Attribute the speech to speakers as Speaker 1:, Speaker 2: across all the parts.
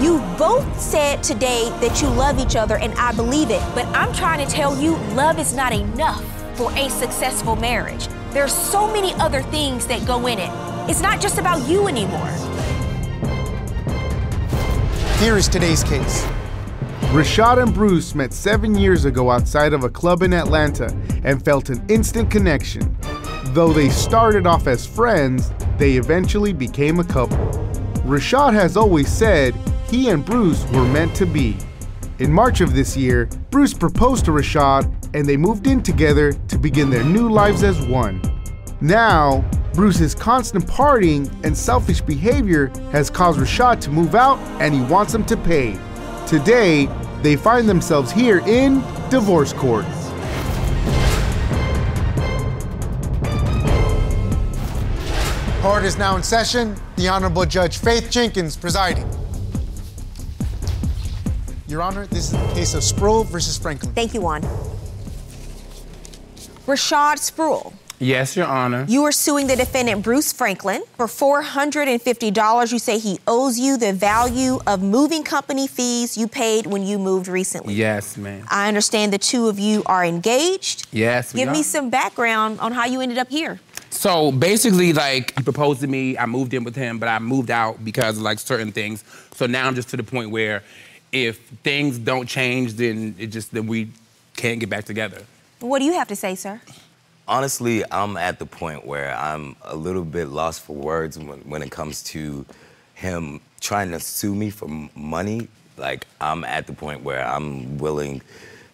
Speaker 1: You both said today that you love each other, and I believe it, but I'm trying to tell you love is not enough for a successful marriage. There's so many other things that go in it. It's not just about you anymore.
Speaker 2: Here is today's case.
Speaker 3: Rashad and Bruce met seven years ago outside of a club in Atlanta and felt an instant connection. Though they started off as friends, they eventually became a couple. Rashad has always said he and Bruce were meant to be. In March of this year, Bruce proposed to Rashad and they moved in together to begin their new lives as one. Now, Bruce's constant partying and selfish behavior has caused Rashad to move out and he wants him to pay. Today, they find themselves here in divorce court.
Speaker 2: Court is now in session. The Honorable Judge Faith Jenkins presiding. Your Honor, this is the case of Sproul versus Franklin.
Speaker 1: Thank you, Juan. Rashad Spruill,
Speaker 4: Yes, Your Honor.
Speaker 1: you are suing the defendant Bruce Franklin for $450. You say he owes you the value of moving company fees you paid when you moved recently.
Speaker 4: Yes, ma'am.
Speaker 1: I understand the two of you are engaged.
Speaker 4: Yes, we
Speaker 1: Give me
Speaker 4: are.
Speaker 1: some background on how you ended up here.
Speaker 4: So basically, like he proposed to me, I moved in with him, but I moved out because of like certain things. So now I'm just to the point where, if things don't change, then it just then we can't get back together.
Speaker 1: What do you have to say, sir?
Speaker 5: Honestly, I'm at the point where I'm a little bit lost for words when, when it comes to him trying to sue me for m- money. Like, I'm at the point where I'm willing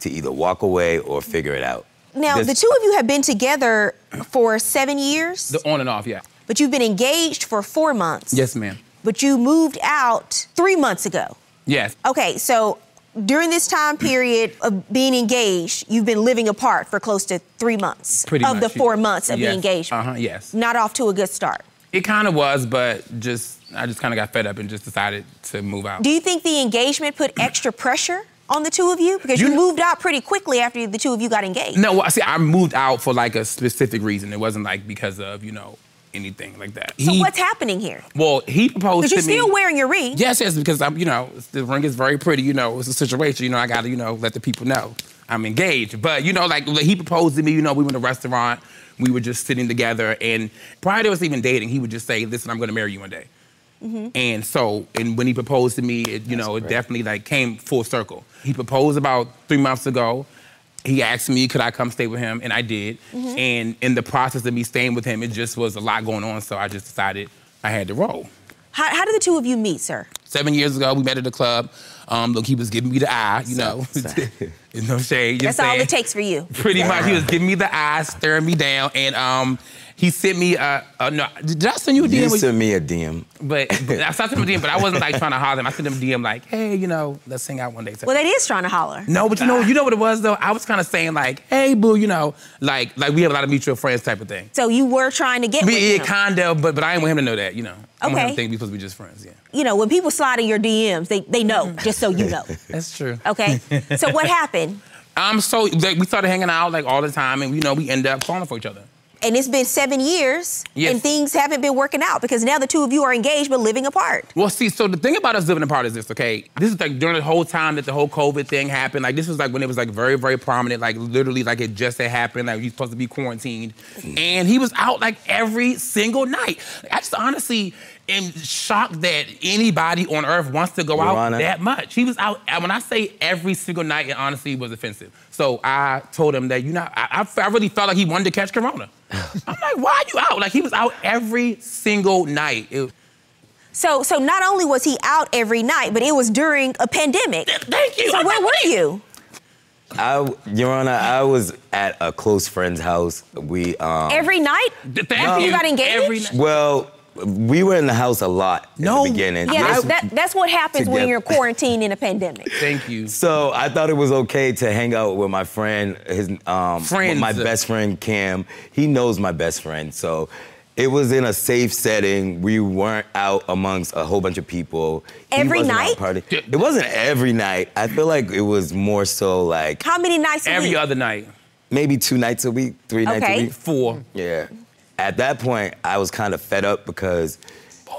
Speaker 5: to either walk away or figure it out.
Speaker 1: Now,
Speaker 5: This-
Speaker 1: the two of you have been together for seven years,
Speaker 4: The on and off, yeah.
Speaker 1: but you've been engaged for four months.
Speaker 4: Yes, ma'am.
Speaker 1: But you moved out three months ago.
Speaker 4: Yes.
Speaker 1: Okay, so during this time period of being engaged, you've been living apart for close to three months
Speaker 4: Pretty
Speaker 1: of
Speaker 4: much,
Speaker 1: the four
Speaker 4: yeah.
Speaker 1: months of
Speaker 4: Yes,
Speaker 1: the engagement.
Speaker 4: uh-huh, yes.
Speaker 1: Not off to a good start.
Speaker 4: It kind of was, but just I just kind of got fed up and just decided to move out.
Speaker 1: Do you think the engagement put extra pressure on the two of you? Because you,
Speaker 4: You-
Speaker 1: moved out pretty quickly after the two of you got engaged.
Speaker 4: No, well, see, I moved out for like a specific reason. It wasn't like because of you know anything like that.
Speaker 1: So
Speaker 4: He-
Speaker 1: what's happening here?
Speaker 4: Well, he proposed
Speaker 1: Because
Speaker 4: to
Speaker 1: you're
Speaker 4: me.
Speaker 1: still wearing your ring.
Speaker 4: Yes, yes, because I'm, you know, the ring is very pretty. You know, it's a situation. You know, I gotta, you know, let the people know I'm engaged. But you know, like like, he proposed to me. You know, we went to a restaurant. We were just sitting together, and prior to us even dating, he would just say, "Listen, I'm gonna marry you one day." And so, and when he proposed to me, it, you know, it definitely like came full circle. He proposed about three months ago. He asked me, could I come stay with him? And I did. And in the process of me staying with him, it just was a lot going on. So I just decided I had to roll
Speaker 1: How, how did the two of you meet, sir?
Speaker 4: seven years ago, we met at a club. Um, look, he was giving me the eye, you know. It's no shade. you
Speaker 1: That's
Speaker 4: know what I'm
Speaker 1: all it
Speaker 4: saying?
Speaker 1: takes for you.
Speaker 4: Pretty much, he was giving me the eye, staring me down, and um, he sent me a, a no. Did I send you a DM?
Speaker 5: You
Speaker 4: with-
Speaker 5: sent me a DM.
Speaker 4: but, but I sent him a DM, but I wasn't like trying to holler him. I sent him a DM like, hey, you know, let's hang out one day.
Speaker 1: Well, that is trying to holler.
Speaker 4: no, but you know, you know what it was though. I was kind of saying like, hey, boo, you know, like like we have a lot of mutual friends type of thing.
Speaker 1: So you were trying to get with
Speaker 4: Me, yeah,
Speaker 1: him.
Speaker 4: kind of, but but I didn't want him to know that, you know. I want him
Speaker 1: Okay.
Speaker 4: to think we supposed to be just friends. Yeah,
Speaker 1: you know, when people slide in your DMs, they, they
Speaker 4: Mm-hmm.
Speaker 1: know, just so you know.
Speaker 4: that's true.
Speaker 1: Okay? so what happened?
Speaker 4: Um, so like, we started hanging out like all the time, and you know we end up falling for each other.
Speaker 1: And it's been seven years,
Speaker 4: Yes.
Speaker 1: and things haven't been working out because now the two of you are engaged but living apart.
Speaker 4: Well, see, so the thing about us living apart is this, okay? This is like during the whole time that the whole COVID thing happened. Like this was like when it was like very, very prominent. Like literally, like it just had happened. Like you supposed to be quarantined, and he was out like every single night. I just honestly am shocked that anybody on earth wants to go
Speaker 5: Your
Speaker 4: out
Speaker 5: Honor.
Speaker 4: that much. He was out and when I say every single night. It honestly was offensive. So I told him that you know I, I, I really felt like he wanted to catch corona. I'm like, why are you out? Like he was out every single night. It-
Speaker 1: So, so not only was he out every night, but it was during a pandemic.
Speaker 4: Thank you. Oh.
Speaker 1: So where were you?
Speaker 5: I, Your Honor, I was at a close friend's house. We, um,
Speaker 1: Every night?
Speaker 4: Th-
Speaker 1: After
Speaker 4: Thank
Speaker 1: you got engaged?
Speaker 4: Every night.
Speaker 5: well, we were in the house a lot in
Speaker 4: No.
Speaker 5: the beginning.
Speaker 1: Yeah,
Speaker 5: This-
Speaker 1: that's, that, that's what happens when
Speaker 5: Together.
Speaker 1: you're quarantined in a pandemic.
Speaker 4: Thank you.
Speaker 5: So I thought it was okay to hang out with my friend, his um,
Speaker 4: Friends.
Speaker 5: my best friend Cam. He knows my best friend, so it was in a safe setting. We weren't out amongst a whole bunch of people. He
Speaker 1: Every
Speaker 5: wasn't out
Speaker 1: night?
Speaker 5: party. It wasn't every night. I feel like it was more so like
Speaker 1: How many nights a
Speaker 4: Every
Speaker 1: week?
Speaker 4: other night.
Speaker 5: maybe two nights a week, three nights
Speaker 1: Okay.
Speaker 5: a week.
Speaker 4: Four.
Speaker 5: Yeah. At that point, I was kind of fed up because
Speaker 4: Boy,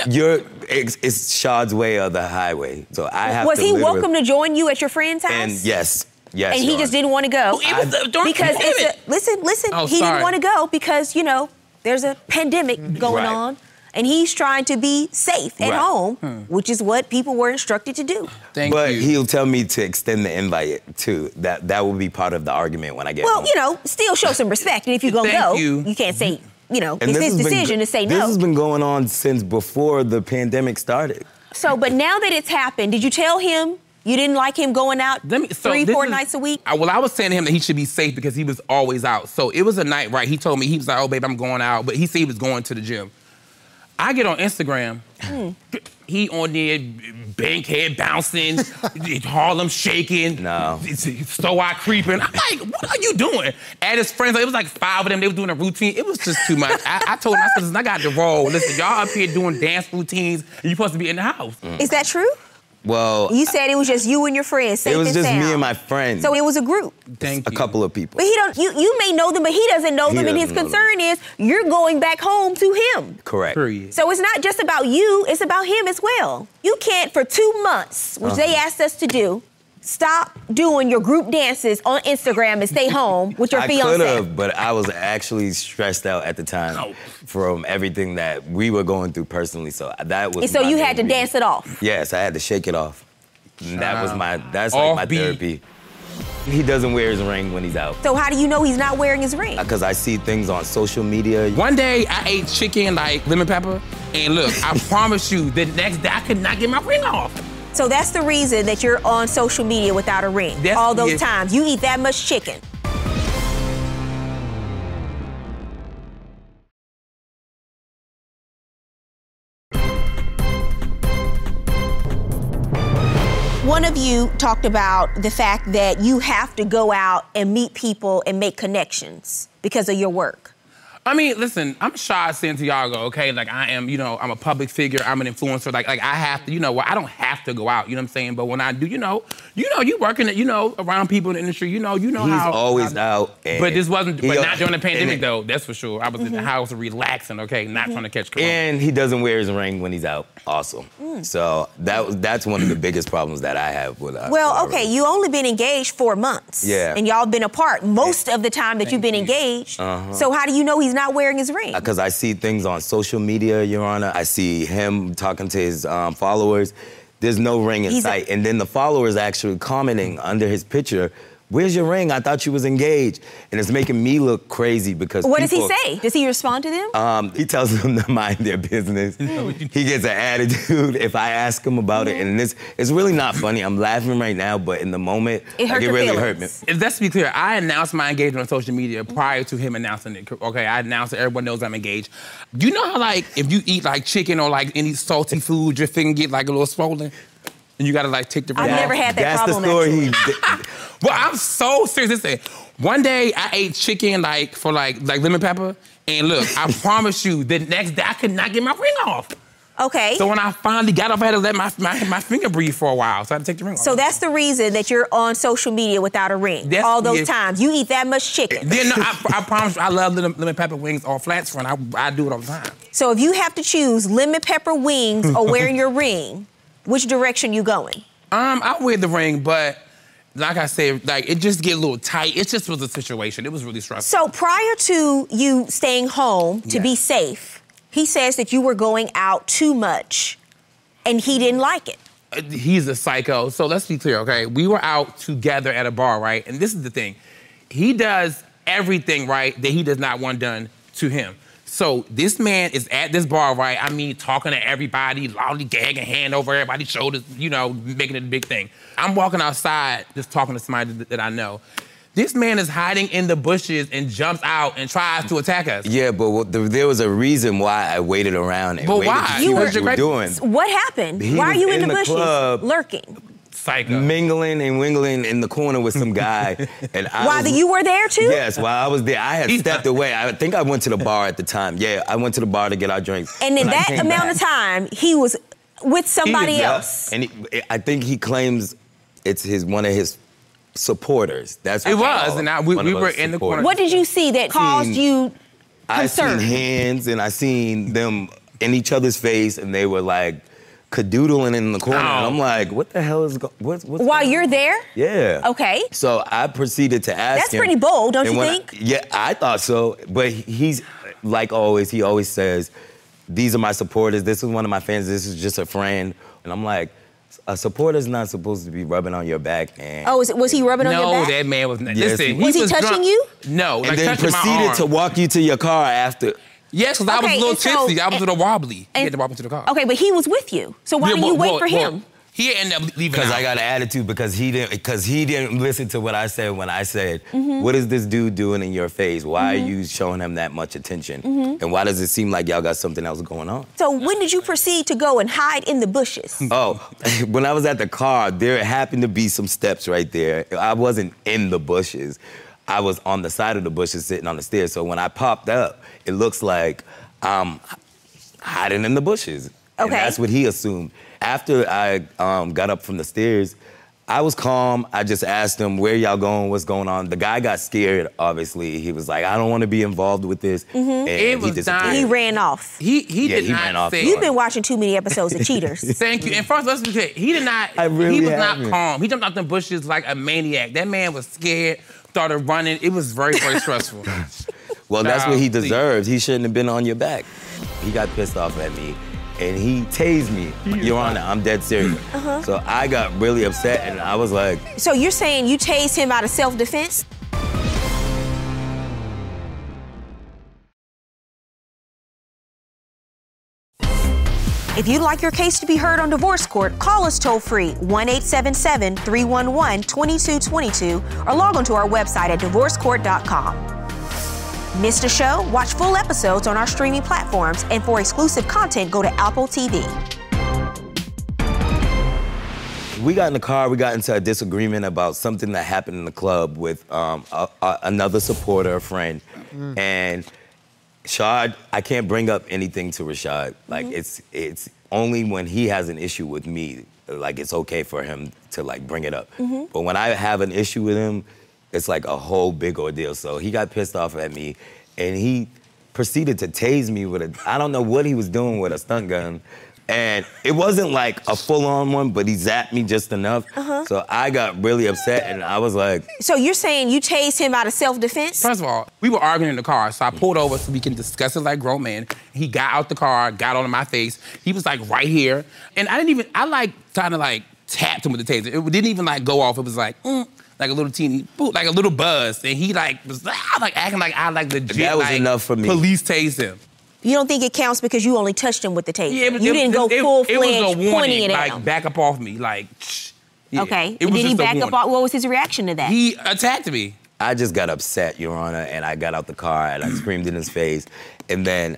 Speaker 5: it's, you're, it's, it's Shad's way or the highway. So I have
Speaker 1: Was
Speaker 5: to
Speaker 1: he
Speaker 5: literally-
Speaker 1: welcome to join you at your friend's house?
Speaker 5: And yes, yes.
Speaker 1: And he
Speaker 5: Your
Speaker 1: just
Speaker 5: Honor.
Speaker 1: didn't want to go.
Speaker 4: Well, it was, uh, during
Speaker 1: because it's
Speaker 4: pandemic.
Speaker 1: a, listen, listen,
Speaker 4: Oh,
Speaker 1: he didn't
Speaker 4: sorry.
Speaker 1: want to go because, you know, there's a pandemic going
Speaker 5: Mm-hmm. Right.
Speaker 1: on. And he's trying to be safe at
Speaker 5: Right. Hmm.
Speaker 1: home, which is what people were instructed to do.
Speaker 4: Thank
Speaker 5: but
Speaker 4: you.
Speaker 5: he'll tell me to extend the invite too. That that will be part of the argument when I get
Speaker 1: Well,
Speaker 5: home.
Speaker 1: you know, still show some respect. And if you're going to
Speaker 4: Thank
Speaker 1: go,
Speaker 4: you.
Speaker 1: can't say, you know,
Speaker 5: And
Speaker 1: it's his
Speaker 5: has been
Speaker 1: decision
Speaker 5: go-
Speaker 1: to say
Speaker 5: This
Speaker 1: no.
Speaker 5: has been going on since before the pandemic started.
Speaker 1: So, but now that it's happened, did you tell him you didn't like him going out
Speaker 4: Let me- so
Speaker 1: three,
Speaker 4: this
Speaker 1: four
Speaker 4: is-
Speaker 1: nights a week?
Speaker 4: I, well, I was saying to him that he should be safe because he was always out. So it was a night, right? He told me he was like, "Oh, babe, I'm going out," but he said he was going to the gym. I get on Instagram.
Speaker 1: Hmm.
Speaker 4: He on there, bankhead bouncing, Harlem shaking,
Speaker 5: No.
Speaker 4: stoic creeping. I'm like, what are you doing? At his friends, like, it was like five of them. They was doing a routine. It was just too much. I, I told him, I said, "Listen, I got the role. Listen, y'all up here doing dance routines. And you supposed to be in the house.
Speaker 5: Mm.
Speaker 1: Is that true?
Speaker 5: Well,
Speaker 1: You said it was just you and your friends. Safe
Speaker 5: it was
Speaker 1: and
Speaker 5: just
Speaker 1: sound.
Speaker 5: me and my friend.
Speaker 1: So it was a group.
Speaker 4: Thank
Speaker 5: a
Speaker 4: you.
Speaker 5: couple of people.
Speaker 1: But he don't. You you may know them, but he doesn't know
Speaker 5: He
Speaker 1: them, and his
Speaker 5: doesn't know them.
Speaker 1: concern is you're going back home to him.
Speaker 5: Correct.
Speaker 4: Period.
Speaker 1: So it's not just about you; it's about him as well. You can't for two months, which they
Speaker 5: Uh-huh.
Speaker 1: asked us to do. Stop doing your group dances on Instagram and stay home with your
Speaker 5: I could
Speaker 1: fiance.
Speaker 5: have, but I was actually stressed out at the time
Speaker 4: No.
Speaker 5: from everything that we were going through personally. So that was.
Speaker 1: And so
Speaker 5: my
Speaker 1: you
Speaker 5: main
Speaker 1: had to
Speaker 5: reason.
Speaker 1: dance it off.
Speaker 5: Yes, I had to shake it off. And That was my. That's like my
Speaker 4: Offbeat.
Speaker 5: therapy. He doesn't wear his ring when he's out
Speaker 1: So how do you know he's not wearing his ring?
Speaker 5: because I see things on social media.
Speaker 4: One day I ate chicken like lemon pepper, and look, I promise you, the next day I could not get my ring off.
Speaker 1: So that's the reason that you're on social media without a ring.
Speaker 4: That's-
Speaker 1: All those
Speaker 4: yeah.
Speaker 1: times you eat that much chicken. One of you talked about the fact that you have to go out and meet people and make connections because of your work.
Speaker 4: I mean, listen, I'm Shy Santiago, okay? Like I am, you know, I'm a public figure, I'm an influencer. Like, like I have to, you know, well, I don't have to go out, you know what I'm saying? But when I do, you know, you know, you working, you know, around people in the industry, you know, you know
Speaker 5: He's
Speaker 4: how.
Speaker 5: always
Speaker 4: how-
Speaker 5: out. and
Speaker 4: But this wasn't,
Speaker 5: he
Speaker 4: but
Speaker 5: al-
Speaker 4: not during the pandemic
Speaker 5: and- Mm-hmm.
Speaker 4: though. That's for sure. I was in the house relaxing, okay, not trying to catch corona.
Speaker 5: And he doesn't wear his ring when he's out. Also,
Speaker 4: Mm.
Speaker 5: so that was that's one of the biggest problems that I have with. uh,
Speaker 1: Well,
Speaker 5: our
Speaker 1: okay,
Speaker 5: ring.
Speaker 1: you only been engaged four months.
Speaker 5: Yeah.
Speaker 1: And y'all been apart most of the time that you've been engaged. So how do you know he's not wearing his ring?
Speaker 5: because uh-huh. I see things on social media, Your Honor. I see him talking to his um, followers. There's no ring in
Speaker 1: He's a-
Speaker 5: sight, and then the followers actually commenting under his picture. Where's your ring? I thought you was engaged, and it's making me look crazy because
Speaker 1: What does he
Speaker 5: people-
Speaker 1: say? Does he respond to them?
Speaker 5: Um, he tells them to mind their business. he gets an attitude if I ask him about it, and it's it's really not funny. I'm laughing right now, but in the moment,
Speaker 1: It hurt
Speaker 5: like, it
Speaker 1: your
Speaker 5: really hurt me.
Speaker 1: feelings.
Speaker 4: If that's to be clear, I announced my engagement on social media prior to him announcing it. Okay, I announced it. Everyone knows I'm engaged. You know how like if you eat like chicken or like any salty food, your finger get like a little swollen, and you gotta like take the.
Speaker 1: I've
Speaker 4: ring off?
Speaker 1: never had that
Speaker 5: That's
Speaker 1: problem.
Speaker 5: the story.
Speaker 1: actually.
Speaker 5: He,
Speaker 4: Well, I'm so serious. Listen, one day I ate chicken like for like like lemon pepper, and look, I promise you, the next day I could not get my ring off.
Speaker 1: Okay.
Speaker 4: So
Speaker 1: So,
Speaker 4: when I finally got off, I had to let my my, my finger breathe for a while, so I had to take the ring off.
Speaker 1: that's the reason that you're on social media without a ring.
Speaker 4: That's-
Speaker 1: All those
Speaker 4: yeah.
Speaker 1: times you eat that much chicken.
Speaker 4: Then no, I, I promise you, I love lemon, lemon pepper wings or flats front. I, I do it all the time.
Speaker 1: So if you have to choose lemon pepper wings or wearing your ring, which direction you going?
Speaker 4: Um, I wear the ring, but like I said, like it just get a little tight. It just was a situation. It was really stressful.
Speaker 1: So prior to you staying home to be
Speaker 4: Yes.
Speaker 1: safe, he says that you were going out too much and he didn't like it.
Speaker 4: Uh, He's a psycho. So let's be clear, okay? We were out together at a bar, right? And this is the thing. He does everything right that he does not want done to him. So this man is at this bar, right? I mean, talking to everybody, lollygagging, hand over everybody's shoulders, you know, making it a big thing. I'm walking outside, just talking to somebody that, that I know. This man is hiding in the bushes and jumps out and tries to attack us.
Speaker 5: Yeah, but what- there- there was a reason why I waited around and
Speaker 4: But
Speaker 5: waited
Speaker 4: why?
Speaker 5: to see
Speaker 4: You
Speaker 5: what
Speaker 4: were-
Speaker 5: you were doing.
Speaker 1: What happened?
Speaker 5: He
Speaker 1: Why are
Speaker 5: was
Speaker 1: you in,
Speaker 5: in
Speaker 1: the,
Speaker 5: the
Speaker 1: bushes
Speaker 5: club.
Speaker 1: lurking?
Speaker 4: Psycho.
Speaker 5: Mingling and wingling in the corner with some guy, and I
Speaker 1: While
Speaker 5: was,
Speaker 1: you were there too?
Speaker 5: Yes, while I was there, I had
Speaker 4: He's
Speaker 5: stepped
Speaker 4: not-
Speaker 5: away. I think I went to the bar at the time. Yeah, I went to the bar to get our drinks.
Speaker 1: And in
Speaker 5: When I
Speaker 1: that
Speaker 5: came
Speaker 1: amount
Speaker 5: back-
Speaker 1: of time, he was with somebody
Speaker 5: Yeah,
Speaker 1: else.
Speaker 5: And he, I think he claims it's his one of his supporters. That's what
Speaker 4: It
Speaker 5: they
Speaker 4: was,
Speaker 5: call
Speaker 4: and
Speaker 5: them.
Speaker 4: I- we-
Speaker 5: One
Speaker 4: we
Speaker 5: of
Speaker 4: were
Speaker 5: his
Speaker 4: in the corner.
Speaker 5: supporters.
Speaker 1: What did you see that caused you
Speaker 5: I
Speaker 1: concern?
Speaker 5: seen hands and I seen them in each other's face, and they were like cadoodling in the corner. And
Speaker 4: Ow.
Speaker 5: I'm like, what the hell is going? What's, what's
Speaker 1: While
Speaker 5: going
Speaker 1: you're there?
Speaker 5: Yeah.
Speaker 1: Okay.
Speaker 5: So I proceeded to ask
Speaker 1: That's
Speaker 5: him.
Speaker 1: pretty bold, don't
Speaker 5: and
Speaker 1: you
Speaker 5: when
Speaker 1: think?
Speaker 5: I- yeah, I thought so. But he's like always. He always says, "These are my supporters. This is one of my fans. This is just a friend." And I'm like, a supporter's not supposed to be rubbing on your back, man.
Speaker 1: Oh, is it, was he rubbing on your
Speaker 4: no,
Speaker 1: back?
Speaker 4: that man was not.
Speaker 5: Yes, he
Speaker 4: Listen,
Speaker 1: Was he touching
Speaker 4: drunk.
Speaker 1: you?
Speaker 4: No,
Speaker 5: and
Speaker 4: like
Speaker 5: then
Speaker 4: touching my
Speaker 5: proceeded
Speaker 4: arm.
Speaker 5: to walk you to your car after.
Speaker 4: Yes, because I was
Speaker 1: Okay,
Speaker 4: a little
Speaker 1: and so-
Speaker 4: tipsy. I was a little wobbly. he
Speaker 1: and-
Speaker 4: had to walk into the car.
Speaker 1: Okay, but he was with you. So why
Speaker 4: Yeah,
Speaker 1: did
Speaker 4: well,
Speaker 1: you wait
Speaker 4: well,
Speaker 1: for
Speaker 4: well,
Speaker 1: him?
Speaker 4: He ended up leaving.
Speaker 5: Because
Speaker 4: out.
Speaker 5: I got an attitude because he didn't because he didn't listen to what I said when I said,
Speaker 1: Mm-hmm.
Speaker 5: "What is this dude doing in your face? Why are you showing him that much attention?
Speaker 1: Mm-hmm.
Speaker 5: And why does it seem like y'all got something else going on?"
Speaker 1: so when did you proceed to go and hide in the bushes?
Speaker 5: Oh, when I was at the car, there happened to be some steps right there. I wasn't in the bushes. I was on the side of the bushes sitting on the stairs. So when I popped up, it looks like I'm hiding in the bushes. And
Speaker 1: Okay.
Speaker 5: that's what he assumed. After I um, got up from the stairs, I was calm. I just asked him, where y'all going? What's going on? The guy got scared, obviously. He was like, I don't want to be involved with this. And
Speaker 4: It was
Speaker 5: he disappeared.
Speaker 4: dying.
Speaker 1: he ran off.
Speaker 4: He he
Speaker 5: Yeah,
Speaker 4: did
Speaker 5: he
Speaker 4: not
Speaker 5: ran off
Speaker 4: say.
Speaker 5: the
Speaker 1: You've been watching too many episodes of Cheaters.
Speaker 4: Thank you. And first, let's be clear. He did not.
Speaker 5: I really
Speaker 4: he was not
Speaker 5: haven't.
Speaker 4: calm. He jumped out the bushes like a maniac. That man was scared. Started running. It was very very stressful.
Speaker 5: Well, that's what he
Speaker 4: Golly.
Speaker 5: deserved. He shouldn't have been on your back. He got pissed off at me and he tased me. Your Honor, I'm dead serious. So I got really upset and I was like,
Speaker 1: so you're saying you tased him out of self-defense? If you'd like your case to be heard on divorce court, call us toll free 1 877 311 2222 or log on to our website at divorcecourt.com. Missed a show? Watch full episodes on our streaming platforms, and for exclusive content, go to Apple TV.
Speaker 5: we got in the car, we got into a disagreement about something that happened in the club with um, a, a, another supporter, a friend. And Shad, I can't bring up anything to Rashad. Like it's it's only when he has an issue with me, like it's okay for him to like bring it up. But when I have an issue with him, it's like a whole big ordeal. So he got pissed off at me, and he proceeded to tase me with a I don't know what he was doing with a stun gun. And it wasn't like a full-on one, but he zapped me just enough. So I got really upset, and I was like,
Speaker 1: So you're saying you tased him out of self-defense?
Speaker 4: First of all, we were arguing in the car, so I pulled over so we can discuss it like grown men. He got out the car, got on my face. He was like right here, and I didn't even. I like kind of like tapped him with the taser. It didn't even like go off. It was like. Mm, like a little teeny, boot, like a little buzz, and he like was ah, like acting like I like legit.
Speaker 5: That was
Speaker 4: like,
Speaker 5: enough for me.
Speaker 4: Police tased him.
Speaker 1: You don't think it counts because you only touched him with the taser.
Speaker 4: Yeah, it was-
Speaker 1: you
Speaker 4: it-
Speaker 1: didn't
Speaker 4: it-
Speaker 1: go
Speaker 4: it-
Speaker 1: full
Speaker 4: it was a
Speaker 1: fledged
Speaker 4: warning,
Speaker 1: pointing it at
Speaker 4: like,
Speaker 1: him.
Speaker 4: back up off me, like. shh. Yeah.
Speaker 1: okay.
Speaker 4: It
Speaker 1: and
Speaker 4: was
Speaker 1: did he
Speaker 4: just a
Speaker 1: back up?
Speaker 4: warning.
Speaker 1: Off, what was his reaction to that?
Speaker 4: He attacked me.
Speaker 5: I just got upset, Your Honor, and I got out the car and I screamed in his face. And then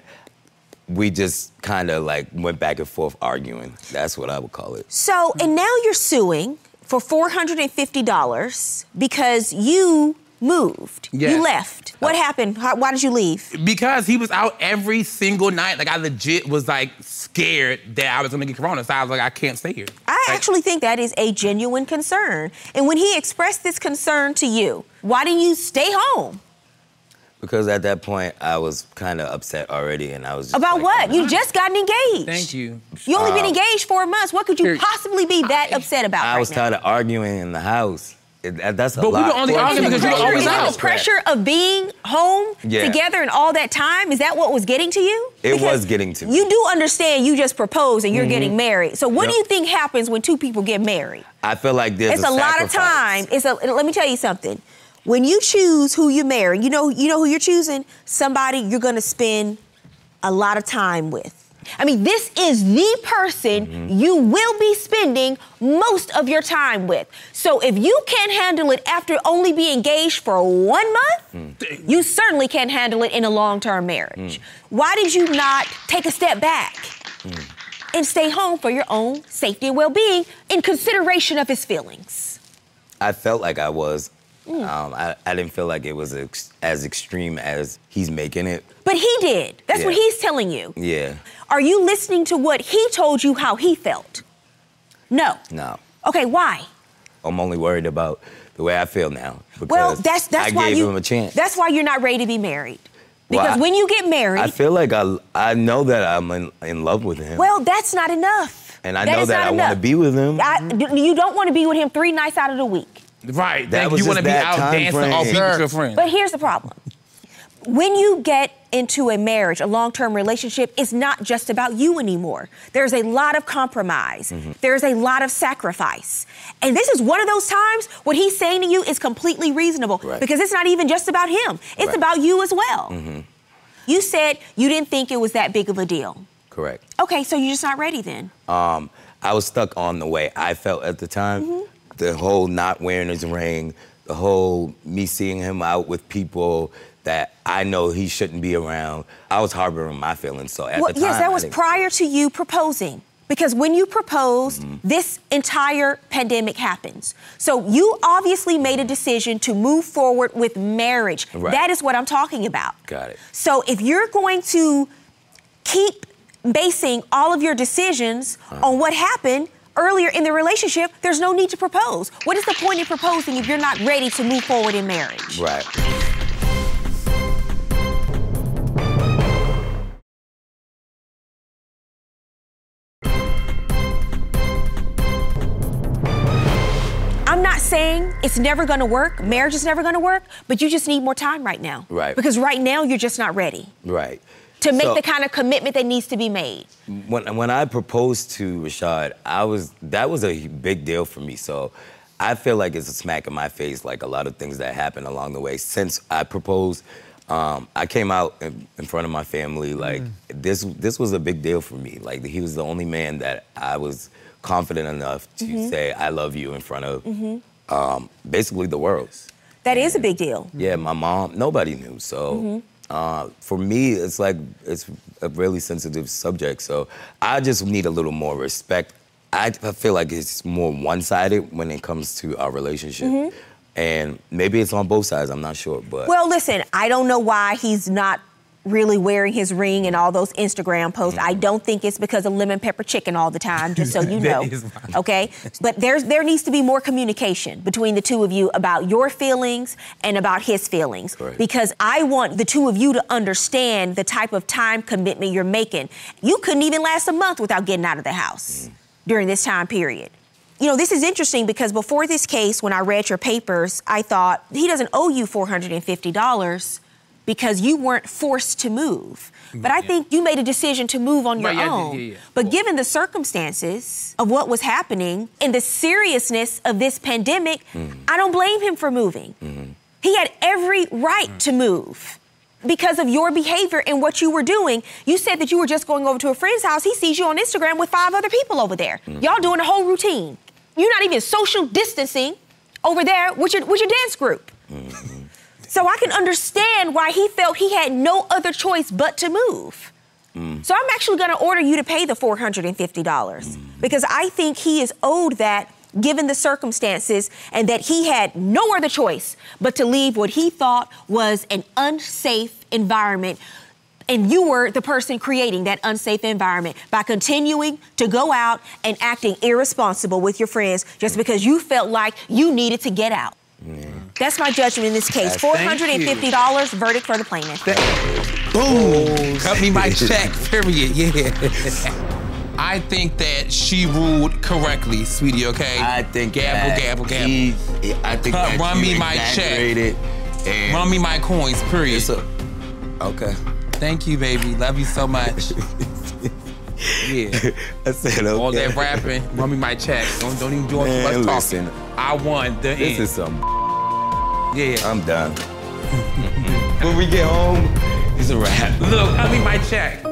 Speaker 5: we just kind of like went back and forth arguing. That's what I would call it.
Speaker 1: so, and now you're suing for four hundred and fifty dollars because you moved.
Speaker 4: Yes. Uh,
Speaker 1: You left. What happened? How, why did you leave?
Speaker 4: Because he was out every single night. Like I legit was like scared that I was gonna get corona. So I was like, I can't stay here.
Speaker 1: I
Speaker 4: Like,
Speaker 1: actually think that is a genuine concern. And when he expressed this concern to you, why didn't you stay home?
Speaker 5: Because at that point, I was kind of upset already and I was just.
Speaker 1: About
Speaker 5: like,
Speaker 1: what? You just gotten engaged.
Speaker 4: Thank you. Uh,
Speaker 1: You only been engaged four months. What could you
Speaker 4: here-
Speaker 1: possibly be that upset about?
Speaker 5: I
Speaker 1: right
Speaker 5: was
Speaker 1: now?
Speaker 5: tired of arguing in the house. It- that- that's a
Speaker 4: But we
Speaker 5: lot.
Speaker 4: were only
Speaker 5: for-
Speaker 4: arguing
Speaker 1: Is
Speaker 4: because
Speaker 1: the
Speaker 4: you were
Speaker 1: pressure,
Speaker 4: always
Speaker 1: is it
Speaker 4: out.
Speaker 1: the pressure of being home
Speaker 5: Yeah.
Speaker 1: together and all that time? Is that what was getting to you?
Speaker 5: It was getting to me. Mm-hmm.
Speaker 1: You do understand you just proposed and you're getting married. So what do
Speaker 5: Yep.
Speaker 1: you think happens when two people get married?
Speaker 5: I feel like there's
Speaker 1: It's a, lot of time. It's
Speaker 5: sacrifice.
Speaker 1: a let me tell you something. When you choose who you marry, you know you know who you're choosing? Somebody you're gonna spend a lot of time with. I mean, this is the person you will be spending most of your time with. So if you can't handle it after only being engaged for one month, you certainly can't handle it in a long term marriage. Why did you not take a step back? And stay home for your own safety and well being in consideration of his feelings.
Speaker 5: I felt like I was. Um, I, I didn't feel like it was ex- as extreme as he's making it.
Speaker 1: But he did. That's what
Speaker 5: Yeah.
Speaker 1: he's telling you.
Speaker 5: Yeah.
Speaker 1: Are you listening to what he told you how he felt? No.
Speaker 5: No.
Speaker 1: Okay, why?
Speaker 5: I'm only worried about the way I feel now. Because
Speaker 1: Well, that's that's
Speaker 5: I
Speaker 1: why
Speaker 5: gave
Speaker 1: you
Speaker 5: him a chance.
Speaker 1: That's why you're not ready to be married. Because
Speaker 5: Well, I-
Speaker 1: when you get married,
Speaker 5: I feel like I I know that I'm in, in love with him.
Speaker 1: well, that's not enough.
Speaker 5: and I
Speaker 1: That
Speaker 5: know
Speaker 1: is
Speaker 5: that
Speaker 1: not
Speaker 5: I want to
Speaker 1: enough.
Speaker 5: be with him.
Speaker 1: I, you don't want to be with him three nights out of the week.
Speaker 4: Right.
Speaker 5: That
Speaker 4: like,
Speaker 5: was
Speaker 4: you want to
Speaker 5: just
Speaker 4: be
Speaker 5: that
Speaker 4: out
Speaker 5: time
Speaker 4: dancing
Speaker 5: frame.
Speaker 4: off beat
Speaker 5: Sure.
Speaker 4: with your friends.
Speaker 1: But here's the problem. When you get into a marriage, a long term relationship, it's not just about you anymore. There's a lot of compromise,
Speaker 5: Mm-hmm.
Speaker 1: there's a lot of sacrifice. And this is one of those times what he's saying to you is completely reasonable
Speaker 5: Right.
Speaker 1: because it's not even just about him, it's
Speaker 5: Right. Mm-hmm.
Speaker 1: about you as well. You said you didn't think it was that big of a deal.
Speaker 5: Correct.
Speaker 1: Okay, so you're just not ready then.
Speaker 5: Um, I was stuck on the way I felt at the time.
Speaker 1: Mm-hmm.
Speaker 5: The whole not wearing his ring, the whole me seeing him out with people that I know he shouldn't be around. I was harboring my feelings. So at
Speaker 1: Well,
Speaker 5: the time,
Speaker 1: yes, that
Speaker 5: I
Speaker 1: was
Speaker 5: didn't-
Speaker 1: prior to you proposing. Because when you proposed,
Speaker 5: Mm-hmm.
Speaker 1: this entire pandemic happens. So you obviously made a decision to move forward with marriage.
Speaker 5: Right.
Speaker 1: That is what I'm talking about.
Speaker 5: Got it.
Speaker 1: So if you're going to keep basing all of your decisions
Speaker 5: Uh-huh.
Speaker 1: on what happened earlier in the relationship, there's no need to propose. What is the point in proposing if you're not ready to move forward in marriage?
Speaker 5: Right.
Speaker 1: I'm not saying it's never gonna work, marriage is never gonna work, but you just need more time right now.
Speaker 5: Right.
Speaker 1: Because right now you're just not ready
Speaker 5: Right.
Speaker 1: to make
Speaker 5: So-
Speaker 1: the kind of commitment that needs to be made.
Speaker 5: when when I proposed to Rashad, I was that was a big deal for me. So I feel like it's a smack in my face, like a lot of things that happened along the way since I proposed. Um, I came out in, in front of my family. Like this, this was a big deal for me. Like he was the only man that I was confident enough to say I love you in front of um, basically the world.
Speaker 1: That is a big deal.
Speaker 5: Yeah, my mom, nobody knew. So uh, for me, it's like, it's a really sensitive subject. So I just need a little more respect. I, I feel like it's more one sided when it comes to our relationship. And maybe it's on both sides, I'm not sure. But
Speaker 1: Well, listen, I don't know why he's not really wearing his ring and all those Instagram
Speaker 4: Mm.
Speaker 1: posts. I don't think it's because of lemon pepper chicken all the time, just so you know.
Speaker 4: That is why.
Speaker 1: Okay? But there's there needs to be more communication between the two of you about your feelings and about his feelings.
Speaker 5: Right.
Speaker 1: Because I want the two of you to understand the type of time commitment you're making. You couldn't even last a month without getting out of the house during this time period. You know, this is interesting because before this case, when I read your papers, I thought he doesn't owe you $450 because you weren't forced to move. But I think you made a decision to move on your
Speaker 4: Right, yeah, yeah,
Speaker 1: own.
Speaker 4: yeah, yeah.
Speaker 1: But
Speaker 4: Well-
Speaker 1: given the circumstances of what was happening and the seriousness of this pandemic,
Speaker 4: Hmm.
Speaker 1: I don't blame him for moving. He had every right
Speaker 4: Hmm.
Speaker 1: to move. Because of your behavior and what you were doing, you said that you were just going over to a friend's house. He sees you on Instagram with five other people over there.
Speaker 4: Hmm.
Speaker 1: Y'all doing a whole routine. You're not even social distancing over there with your, with your dance group. So I can understand why he felt he had no other choice but to move. So I'm actually going to order you to pay the $450 because I think he is owed that given the circumstances and that he had no other choice but to leave what he thought was an unsafe environment. And you were the person creating that unsafe environment by continuing to go out and acting irresponsible with your friends just because you felt like you needed to get out. That's my judgment in this case. Four
Speaker 4: Thank
Speaker 1: hundred and
Speaker 4: you.
Speaker 1: fifty dollars verdict for the plaintiff.
Speaker 4: Boom. Cut me my check, period. Yeah. I think that she ruled correctly, sweetie, okay?
Speaker 5: I think
Speaker 4: Gavel,
Speaker 5: that
Speaker 4: gavel, gavel.
Speaker 5: He, I think
Speaker 4: Cut,
Speaker 5: that
Speaker 4: run
Speaker 5: you
Speaker 4: me my check.
Speaker 5: exaggerated And
Speaker 4: Run me my coins, period.
Speaker 5: It's a, okay.
Speaker 4: Thank you, baby. Love you so much. yeah.
Speaker 5: I said okay.
Speaker 4: All that rapping, run me my check. Don't, don't even do all
Speaker 5: Man,
Speaker 4: too much
Speaker 5: listen.
Speaker 4: talking. I won the
Speaker 5: This
Speaker 4: end.
Speaker 5: is some.
Speaker 4: yeah.
Speaker 5: I'm done. when we get home, it's a wrap.
Speaker 4: Look, cut me my check.